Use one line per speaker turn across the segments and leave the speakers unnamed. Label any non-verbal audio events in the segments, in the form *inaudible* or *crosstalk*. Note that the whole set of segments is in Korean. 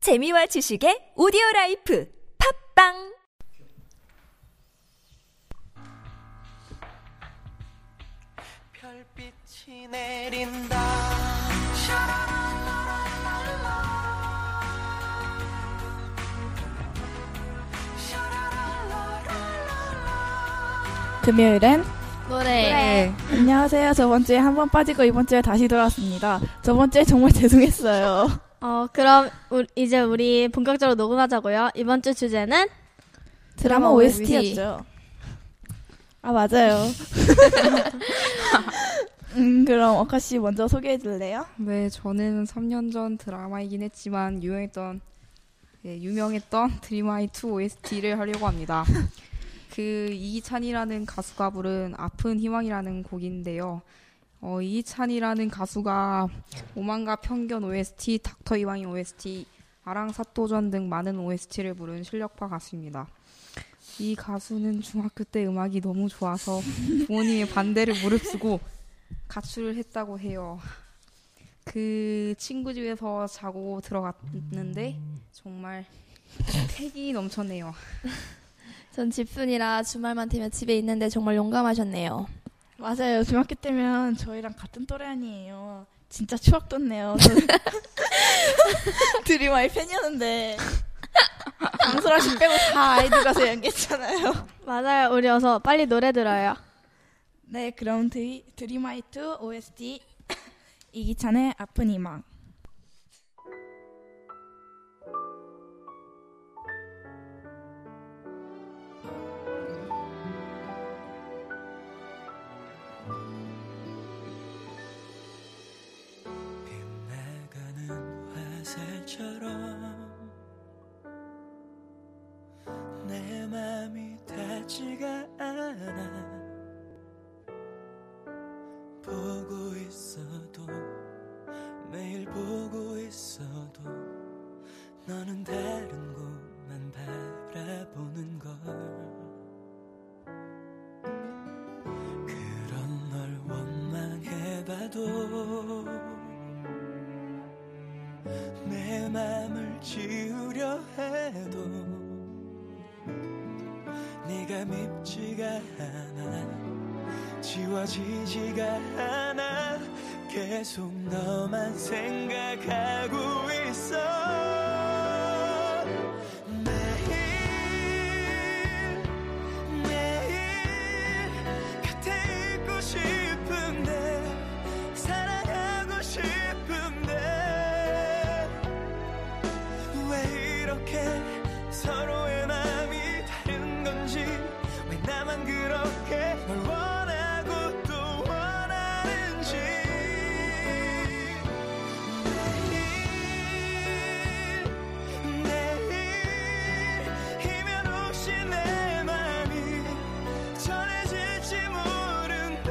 재미와 지식의 오디오 라이프 팝빵
별빛이 내린다. 샤라랄라랄라. 샤라랄라랄라.
금요일엔 네.
노래.
네.
안녕하세요. 저번 주에 한 번 빠지고 이번 주에 다시 돌아왔습니다. 저번 주에 정말 *laughs* 죄송했어요.
어, 그럼 우- 이제 우리 본격적으로 녹음하자고요. 이번 주 주제는
드라마 OST였죠. 아 *laughs* 맞아요. 음 그럼 어카 씨 먼저 소개해 줄래요?
네, 저는 3년 전 드라마이긴 했지만 유명했던 예, 유명했던 드림아이 2 OST를 하려고 합니다. 그 이기찬이라는 가수가 부른 아픈 희망이라는 곡인데요. 어, 이기찬이라는 가수가 오만과 편견 OST, 닥터 이방인 OST, 아랑 사또전 등 많은 OST를 부른 실력파 가수입니다. 이 가수는 중학교 때 음악이 너무 좋아서 부모님의 반대를 무릅쓰고 가출을 했다고 해요. 그 친구 집에서 자고 들어갔는데 정말 택이 넘쳤네요.
전 지푼이라 주말만 되면 집에 있는데 정말
*laughs*
용감하셨네요.
맞아요. 중학교 때면 저희랑 같은 또래 아니에요. 진짜 추억 돋네요. *laughs* 드림아이 팬이었는데 강소라 씨 빼고 다 아이돌 가서 연기했잖아요.
맞아요. 우리 어서 빨리 노래 들어요.
네, 그럼 드리, 드림아이트 OST 이기찬의 아픈 희망.
빛나가는 화살처럼 내 맘이 닿지가 않아 보고 있어도 매일 보고 있어도 너는 다른 곳만 바라보는 걸 그런 널 원망해봐도 내 맘을 지우려 해도 네가 밉지가 않아 지워지지가 않아 계속 너만 생각하고 있어 매일 매일 곁에 있고 싶은데 사랑하고 싶은데 왜 이렇게 서로의 마음이 다른 건지 왜 나만 그렇게 널 원하고 또 원하는지 내일 내일이면 혹시 내 마음이 전해질지 모른다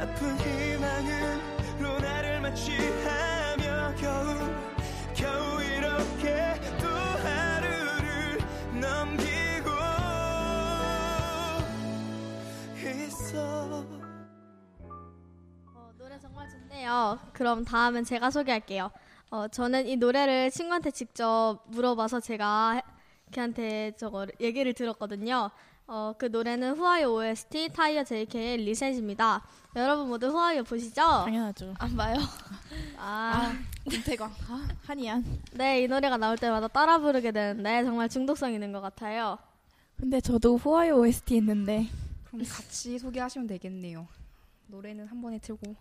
아픈 희망으로 나를 마취하며 겨우 겨우 이렇게 또 하루를 넘기고 있어
어, 노래 정말 좋네요. 그럼 다음은 제가 소개할게요. 어, 저는 이 노래를 친구한테 직접 물어봐서 제가 걔한테 저거 얘기를 들었거든요. 어, 그 노래는 후아요 OST 타이어 JK의 리셋입니다. 여러분 모두 후아요 보시죠?
당연하죠.
안 봐요.
아.
김태광, 아, 한이안.
네, 이 노래가 나올 때마다 따라 부르게 되는데 정말 중독성 있는 것 같아요.
근데 저도 후아이 OST 있는데
그럼 같이 소개하시면 되겠네요. 노래는 한 번에 틀고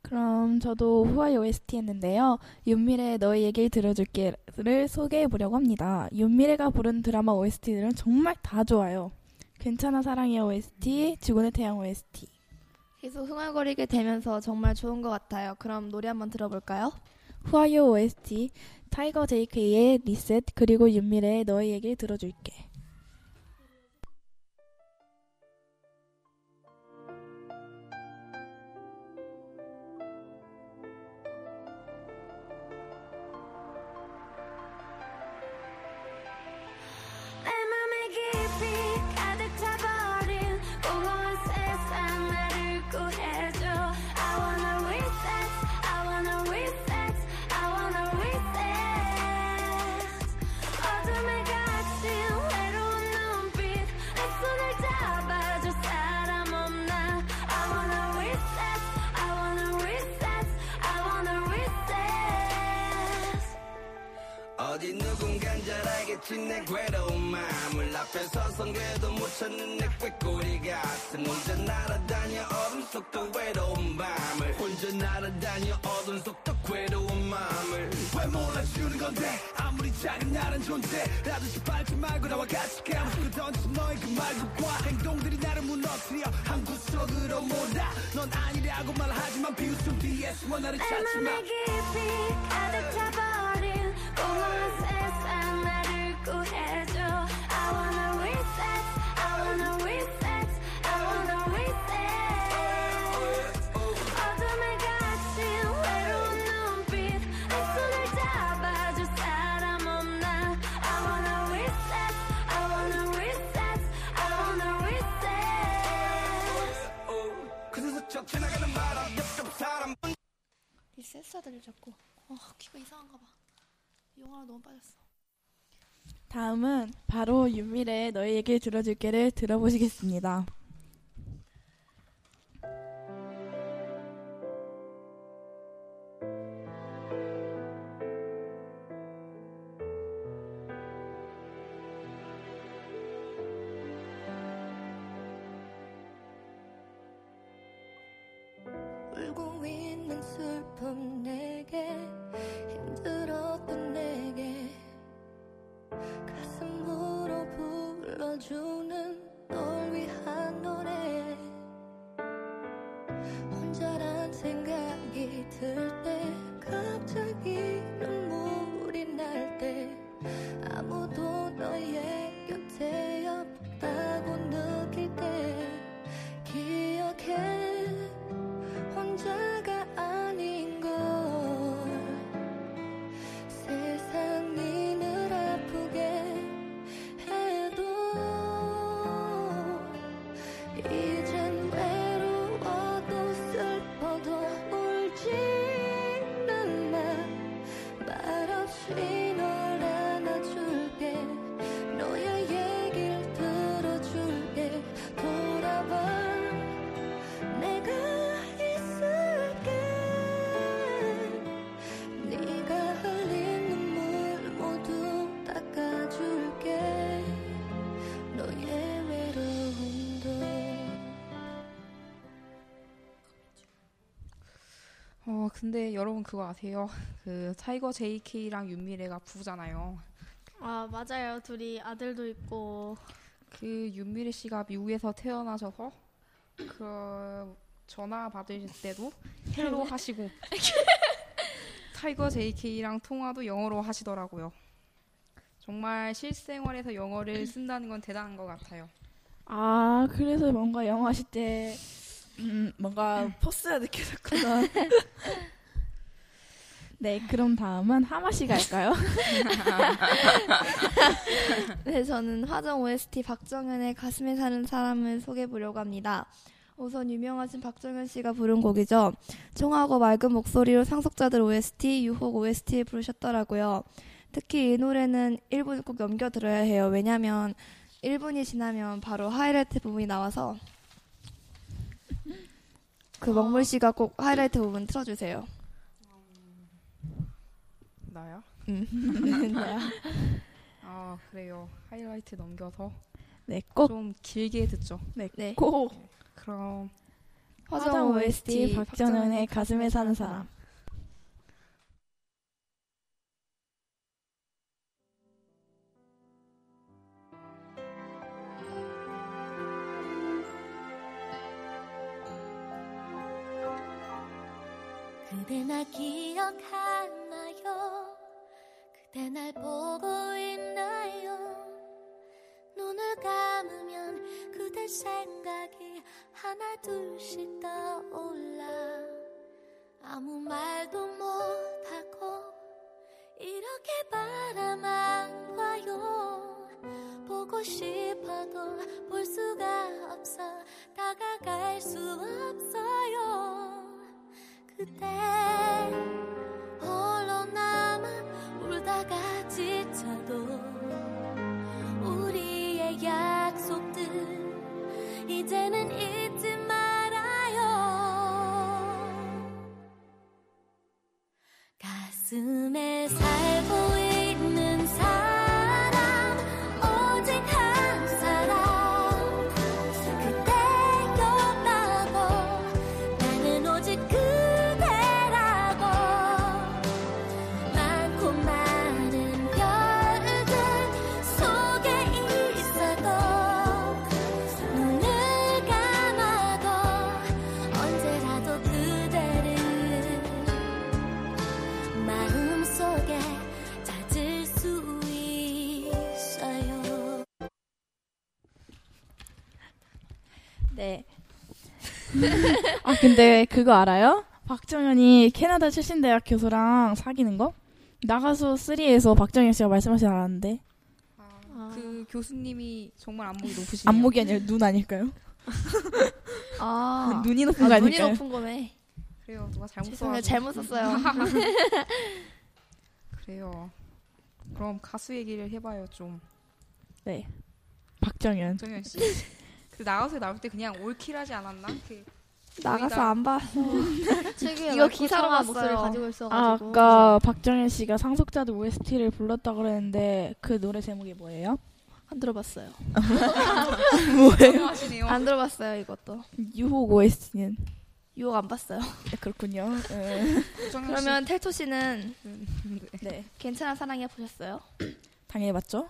그럼 저도 후아이 OST 했는데요. 윤미래의 너의 얘기를 들어줄게를 소개해 보려고 합니다. 윤미래가 부른 드라마 OST들은 정말 다 좋아요. 괜찮아 사랑해 OST, 지구의 태양 OST.
계속 흥얼거리게 되면서 정말 좋은 것 같아요. 그럼 노래 한번 들어볼까요?
후아이오 OST, 타이거 JK의 리셋, 그리고 윤미래의 너의 얘기를 들어줄게.
내 맘에 깊이 가득 차버린 공허한 세상 나를 구해줘 I wanna reset, I wanna reset, I wanna
지친 내 괴로운 마음을 앞에 그 서성괴도 못 찾는 내 꾀꼬리 같은 혼자 날아다녀 얼음 속 더 외로운 밤을 혼자 날아다녀 어둠 속 더 괴로운 마음을 왜 몰아주는 건데 아무리 작은 나란 존재라도 짓밟지 말고 나와 같이 감옥으로 던진 너의 그 말과 행동들이 나를 무너뜨려 한 구석으로 몰아 넌 아니라고 말하지만 비웃음 뒤에 숨어 나를 찾지 마
내 깊이 가득 차버린 공허한 세상 나를 구해줘 I wanna reset I wanna reset I wanna reset 어둠에 갇힌 외로운 눈빛 내 손을 잡아줄 사람 없나 I wanna reset I wanna reset I wanna reset
그래서 적 지나가는 바람 옆옆 사람
이 센서들을 잡고 어 귀가 이상한가 봐. 영화로 너무 빠졌어.
다음은 바로 윤미래의 너의 얘기를 들어줄게를 들어보시겠습니다.
울고 있는 슬픔 내게 힘들었던 내게 가슴으로 불러주는 널 위한 노래 혼자란 생각이 들 때 갑자기 눈물이 날 때 아무도 너의 곁에 없다고 느낄 때 기억해 혼자가 아닌 걸 세상 니늘 아프게 해도 이젠 외로워도 슬퍼도 울지는 마 말없이 널 안아줄게 너의 얘길 들어줄게 돌아봐 내가 있을게 네가 흘린 눈물 모두 닦아줄게 너의 외로움도
어, 근데 여러분 그거 아세요? 그 타이거 JK랑 윤미래가 부부잖아요.
아 맞아요. 둘이 아들도 있고
그 윤미래 씨가 미국에서 태어나셔서 그 전화 받으실 때도 헬로 하시고 타이거 JK랑 통화도 영어로 하시더라고요. 정말 실생활에서 영어를 쓴다는 건 대단한 것 같아요.
아 그래서 뭔가 영화 하실 때 음, 뭔가 포스가 *laughs* 느껴졌구나. 네 그럼 다음은 하마 씨가 *laughs* 할까요?
네, 저는 화정 OST 박정현의 가슴에 사는 사람을 소개해 보려고 합니다. 우선 유명하신 박정현 씨가 부른 곡이죠. 청하고 맑은 목소리로 상속자들 OST, 유혹 OST에 부르셨더라고요. 특히 이 노래는 1분 꼭 넘겨 들어야 해요. 왜냐면 1분이 지나면 바로 하이라이트 부분이 나와서 그 먹물 씨가 꼭 하이라이트 부분 틀어주세요.
나야?
네,
음. 아 그래요. 하이라이트 넘겨서
네, 꼭,
좀 길게 듣죠.
네.
꼭
그럼
화정 OST 박정현의 가슴에 사는 사람.
그대 날 기억하나요? 그대 날 보고 있나요? 눈을 감으면 그대 생각이 하나 둘씩 떠올라 아무 말도 못하고 이렇게 바라만 봐요 보고 싶어도 볼 수가 없어 다가갈 수 없어요 그대 홀로 남아 울다가 지쳐도 우리의 약속들 이제는 잊지 말아요 가슴에 살고 있는 사람
네.
*laughs* 아 근데 그거 알아요? 박정현이 캐나다 출신 대학 교수랑 사귀는 거? 나가수 3에서 박정현 씨가 말씀하시지 않았는데
그 교수님이 정말 안목이 높으시네요.
안목이 아니라 눈 아닐까요?
아,
눈이 높은 거
아, 눈이
아닐까요?
높은 거네.
그래요. 누가 잘못
죄송해요.
써가지고.
잘못 썼어요.
*laughs* 그래요. 그럼 가수 얘기를 해봐요 좀.
박정현
정현 씨. 그 나가서 나올 때 그냥 올킬하지 않았나? 그
나가서 안 봐. *laughs*
최근에
이거
이거
기사로
기사로 목소리를
봤어요.
가지고
아,
있어가지고
아까 박정현 씨가 상속자들 OST를 불렀다고 그랬는데 그 노래 제목이 뭐예요?
안 들어봤어요.
하시네요.
안 들어봤어요, 이것도.
유혹 OST는 네,
유혹 안 봤어요.
그렇군요. *laughs*
정현 씨.
그러면 텔토 씨는
그러면
네,
괜찮아 사랑해 보셨어요?
당연히 *laughs* 맞죠?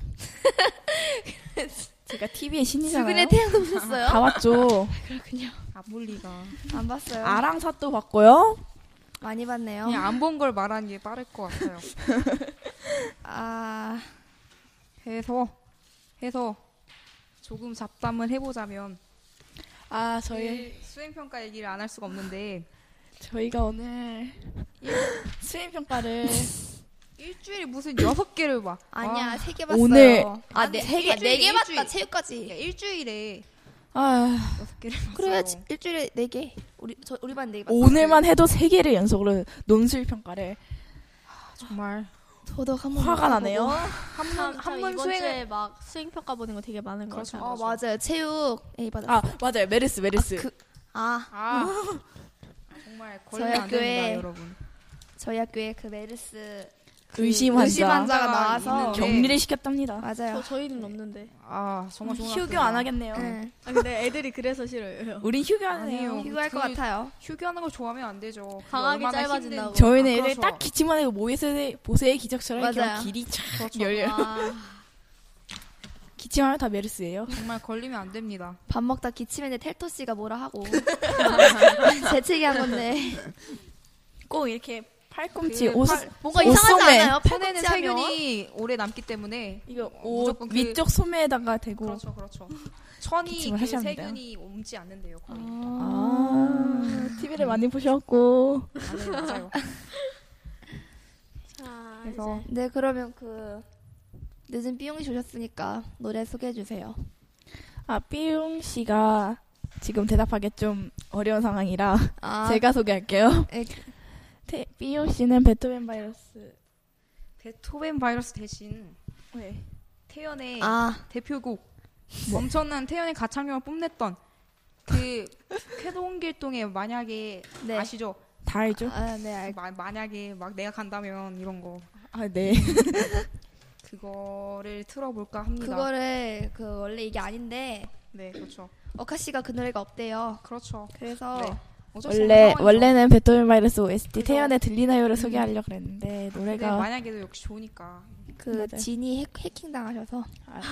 제가 TV의 신이잖아요.
주근의 태양도 보셨어요?
다 봤죠.
그렇군요.
안볼리가
안 봤어요.
아랑사또 봤고요.
많이 봤네요.
그냥 안 본 걸 말하는 게 빠를 것 같아요.
*laughs* 아,
해서 해서 조금 잡담을 해보자면
아 저희
저희 수행 평가 얘기를 안 할
*laughs*
수가 없는데
저희가 *laughs* 오늘 수행 평가를
일주일에 무슨 여섯 개를 봐.
아니야.
와,
세 개 봤어요.
오늘-
아, 네, 세 개,
일주일에
네개 봤다.
일주일.
체육까지.
야, 일주일에
아,
여섯 개를 봤어.
그래, 지- 일주일에 네 개. 우리 저 우리 반 네 개. 봤어요.
오늘만 해도 세 개를 연속으로 논술 평가를
정말
저도 한번
화가 나네요.
참,
한번
참
한번
이번
수행을
주에 막 수행 평가 보는 거 되게 많은 거
그렇죠.
같아요.
아, 맞아요. 체육 A 받았어요.
아 맞아요, 메르스 메르스.
그- 아,
아 정말 걸면
저희
안 됩니다
학교에
여러분.
저희 학교에 그 메르스
그 의심 환자.
의심 환자가 나와서 네.
있는데.
격리를 시켰답니다.
맞아요.
저, 저희는 없는데.
아
뭐
정말 좋은
휴교
학교예요.
안 하겠네요.
응.
네. 아, 근데 애들이
*laughs*
그래서 싫어요.
우린 휴교 안 해요.
아니에요.
휴교할 것
저희-
같아요.
휴교하는 걸 좋아하면 안 되죠. 그게
강하게
얼마나
짧아진다고.
힘든-
저희는
아,
애들
그렇죠.
딱 기침만 해도 모세의 보세의 기적처럼 이렇게
맞아요.
막 길이 쫙
그렇죠.
열려요.
아,
*laughs* 기침하면 다 메르스예요.
정말 걸리면 안 됩니다.
밥 먹다 기침했는데 텔토 씨가 뭐라 *laughs* 하고 재채기한 건데
꼭 이렇게 팔꿈치
그
옷
팔-
뭔가
옷
이상하지
소매.
않아요?
펴내는
팔꿈치 하면?
체균이 오래 남기 때문에
이거 옷
무조건 그-
위쪽 소매에다가
뭐.
대고
그렇죠, 그렇죠. 천이
기침을
그
하셔야 합니다.
세균이 옮지 않는데요. 거의.
아,
음.
TV를 아, 많이 보셨고
아,
*laughs*
네, 맞아요.
자,
그래서
이제
네 그러면 그 늦은 삐용이 오셨으니까 노래 소개해 주세요.
아 삐용 씨가 지금 대답하기 좀 어려운 상황이라
아,
제가 소개할게요.
에,
태- 삐용 씨는 베토벤 바이러스.
베토벤 바이러스 대신
네.
태연의
아
대표곡
네.
엄청난 태연의 가창력을 뽐냈던
*laughs*
그 쾌동길동의 만약에
네.
아시죠?
다 알죠?
아, 네, 알,
마- 만약에 막 내가 간다면 이런 거
아 네.
그거를 틀어볼까 합니다.
그거를 그 원래 이게 아닌데
네 그렇죠.
어카 씨가 그 노래가 없대요.
그렇죠.
그래서
네. 어쩔 수 없는
원래
상황이죠.
원래는 음. 베토벤 바이러스 OST
그래서-
태연의 들리나요를 소개하려고 그랬는데
근데
노래가
네, 만약에도 역시 좋으니까
그
네, 맞아요.
진이 해킹, 해킹 당하셔서
아니,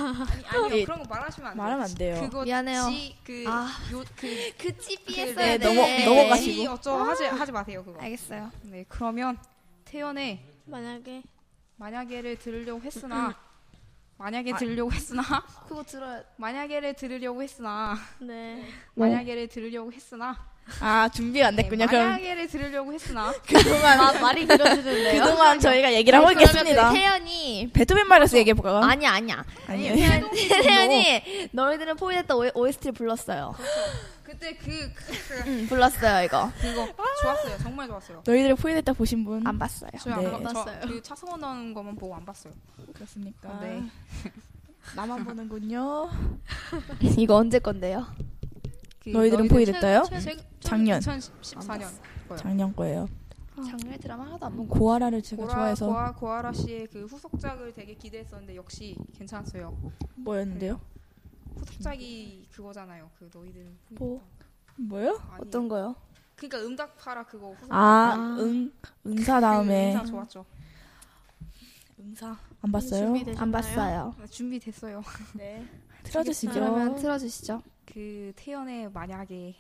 아니요
네.
그런 거 말하시면 안 돼요.
말하면 안 돼요.
그거
미안해요.
지그요그
아. 어, *laughs* 그
네,
찌삐했어야 돼. 아.
넘어- 넘어가시- 넘어가시고.
어쩌 하지 하지 마세요 그거.
알겠어요.
네 그러면 태연의
만약에
만약에를 들으려고 했으나 만약에 들으려고 했으나
그거 들어야
만약에를 들으려고 했으나
네.
만약에를 들으려고 했으나
아 준비가 안 됐군요.
네,
그럼
만약에를 들으려고 했으나
그동안
아, 말이 길어지는데요.
그동안 저희가 얘기를 하고 있겠습니다.
그러면 그 태연이
베토벤 바이러스 얘기해 볼까요?
아니 아니야.
어. 아니요.
태연, 태연이 너희들은 포위됐다 OST를 불렀어요.
*laughs* 그때 그, 그
음.
응, 불렀어요 이거.
그거 좋았어요 정말 좋았어요
너희들을 포위됐다 보신 분?
안 봤어요.
저안
네.
봤어요 그 차승원 나오는 것만 보고 안 봤어요
그렇습니까?
네
아. *laughs* 나만 보는군요.
이거 언제 건데요?
그
네, 너희들은 포위됐다요? 작년.
2014년
작년 거예요.
작년에 드라마 하나도 안 본.
아. 고아라를 제가
고라
좋아해서
고아 고아라 씨의 그 후속작을 되게 기대했었는데 역시 괜찮았어요
뭐였는데요?
후속작이 그거잖아요 그 너희들
뭐? 뭐요?
어떤 거요?
그러니까 응답하라 그거 후속
아, 응 응사 다음에
인사 좋았죠
응사 안 봤어요?
준비되셨나요?
안 봤어요.
아, 준비됐어요 *laughs*
네. 틀어주시죠.
그러면 틀어주시죠.
그 태연의 만약에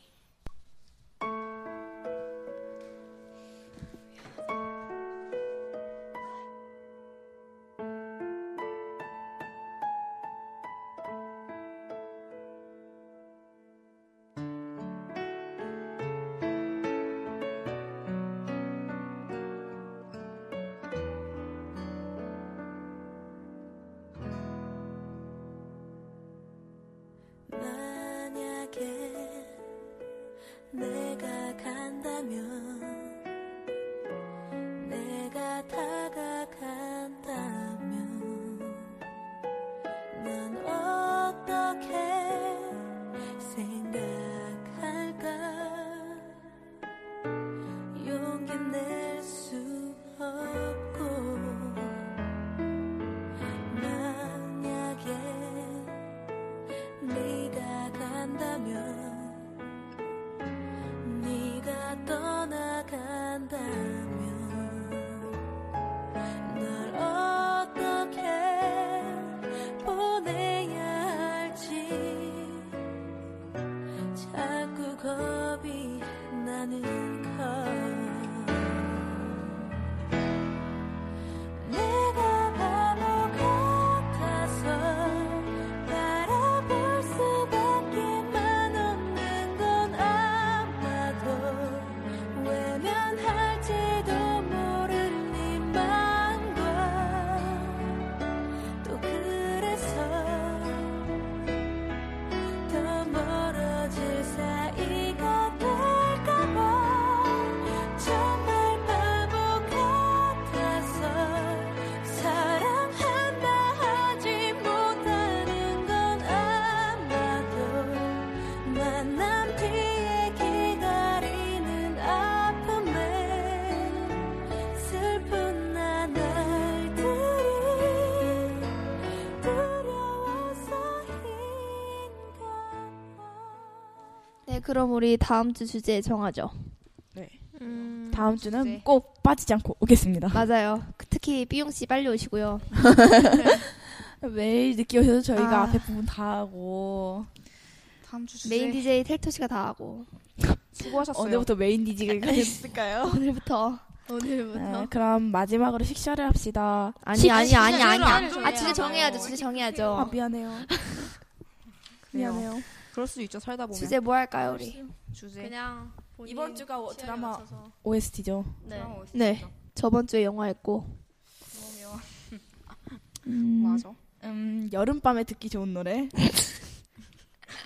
네
그럼 우리 다음 주 주제 정하죠.
음,
네. 다음 네. 주는
주제.
꼭 빠지지 않고 오겠습니다.
맞아요. 특히 삐용 씨 빨리 오시고요.
*laughs* 매일 늦게 오셔서 저희가
아.
앞에 부분 다 하고
다음 주 주제
메인 네, DJ 텔토 씨가 다 하고
수고하셨어요.
언제부터 메인 디직을 *laughs* 가졌을까요? 그렇죠.
오늘부터
오늘부터
그럼 마지막으로 식사를 합시다.
아니 아니
주제를
아니 아니.
안
아 주제 정해야죠. 주제
아 *laughs*
정해야죠.
미안해요.
그래요.
미안해요.
그럴 수 있죠. 살다 보면.
주제 네. 뭐 할까요 우리?
주제.
그냥 본인
이번 주가 어-
취향에
드라마.
맞춰서.
OST죠.
네.
네. 저번 주에 영화 했고.
그러면
음,
맞아.
음 여름밤에 듣기 좋은 노래.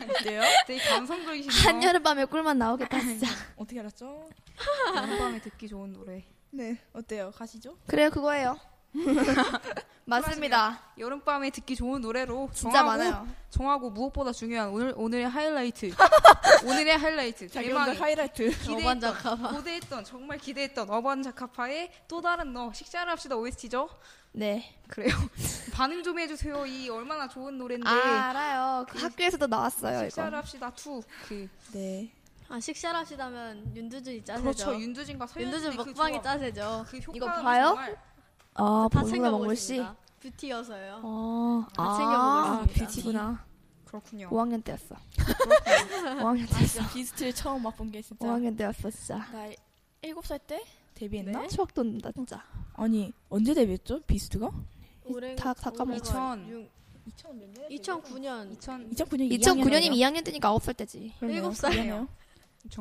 어때요? 되게 감성적이시네요.
한여름 밤에 꿀만
*laughs*
나오겠다 진짜.
어떻게 알았죠?
여름밤에 듣기 좋은 노래.
네 어때요 가시죠?
그래요 그거예요. 맞습니다.
여름밤에 듣기 좋은 노래로
진짜
정하고,
많아요.
정하고 무엇보다 중요한 오늘 오늘의 하이라이트.
*laughs*
오늘의 하이라이트.
자기만의
대망의
하이라이트.
기대했던 고대했던 정말 기대했던 어반 자카파의 또 다른 너 식사를 합시다 OST죠.
네.
그래요. 반응 좀 해주세요. 이 얼마나 좋은 노래인데.
아 알아요. 그 학교에서도 나왔어요 이거.
식사를 합시다 2. 그
*laughs* 네.
아 식사합시다면 윤두준이 짜세죠.
그렇죠. 윤두진과
윤두준
서윤진이 그
먹방이
조합.
짜세죠.
그 효과음이
이거 봐요?
정말
아
다
보는 거
챙겨보고
먹을 씨.
있습니다. 뷰티여서요.
어,
다 챙겨보고 있습니다.
뷰티구나.
그렇군요.
5학년 때였어. 5학년 때였어.
진짜 비스트를 처음 맛본 게 진짜.
5학년 때였어 진짜.
나 일곱 살 때 데뷔했나?
추억 돋는다 진짜.
네. 아니 언제 데뷔했죠? 비스트가?
올해가-
다- 다
올해가
까먹었어.
육-
2000 몇 년?
2009년
2000
2009년
2009년이면 2학년 때니까 9살 때지.
일곱 살이에요.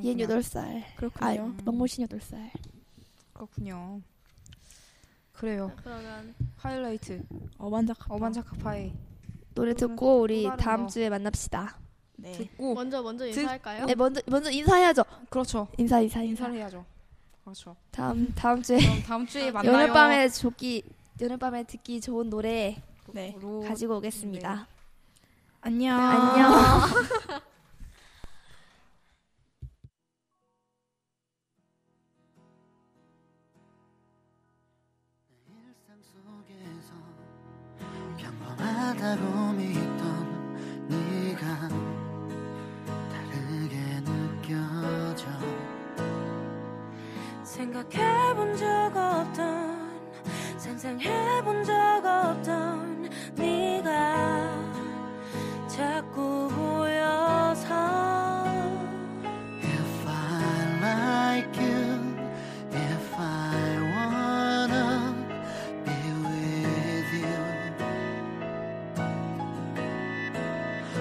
얘 8살. 아,
그렇군요.
먹물신 8살.
그렇군요. 그래요.
그러면
하이라이트
어반자카.
어반 자카파의
노래
그러면
듣고 우리
또 다른
다음
거.
주에 만납시다.
네.
듣고
먼저 먼저
드-
인사할까요?
네, 먼저 먼저 인사해야죠.
그렇죠.
인사 인사 인사.
인사를 해야죠. 그렇죠.
다음 다음 주에
그럼 다음 주에 만나요.
여름밤에 좋기 여름밤에 듣기 좋은 노래
네.
로-
가지고 오겠습니다.
안녕.
안녕.
일상 속에서 평범하다고 믿던 네가 다르게 느껴져
생각해본 적 없던 상상해본 적 없던 네가 자꾸 보여서
If I like you If I wanna be with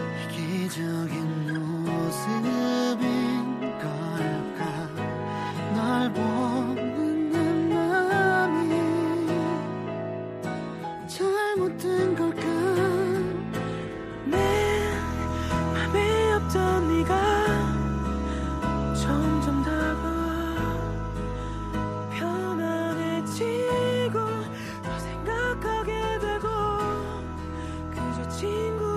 you 이기적인 모습인 걸까 널 보는 내 맘이 잘못된 걸까
내 맘에 없던 네가 점점 다가와 편안해지고 더 생각하게 되고 그저 친구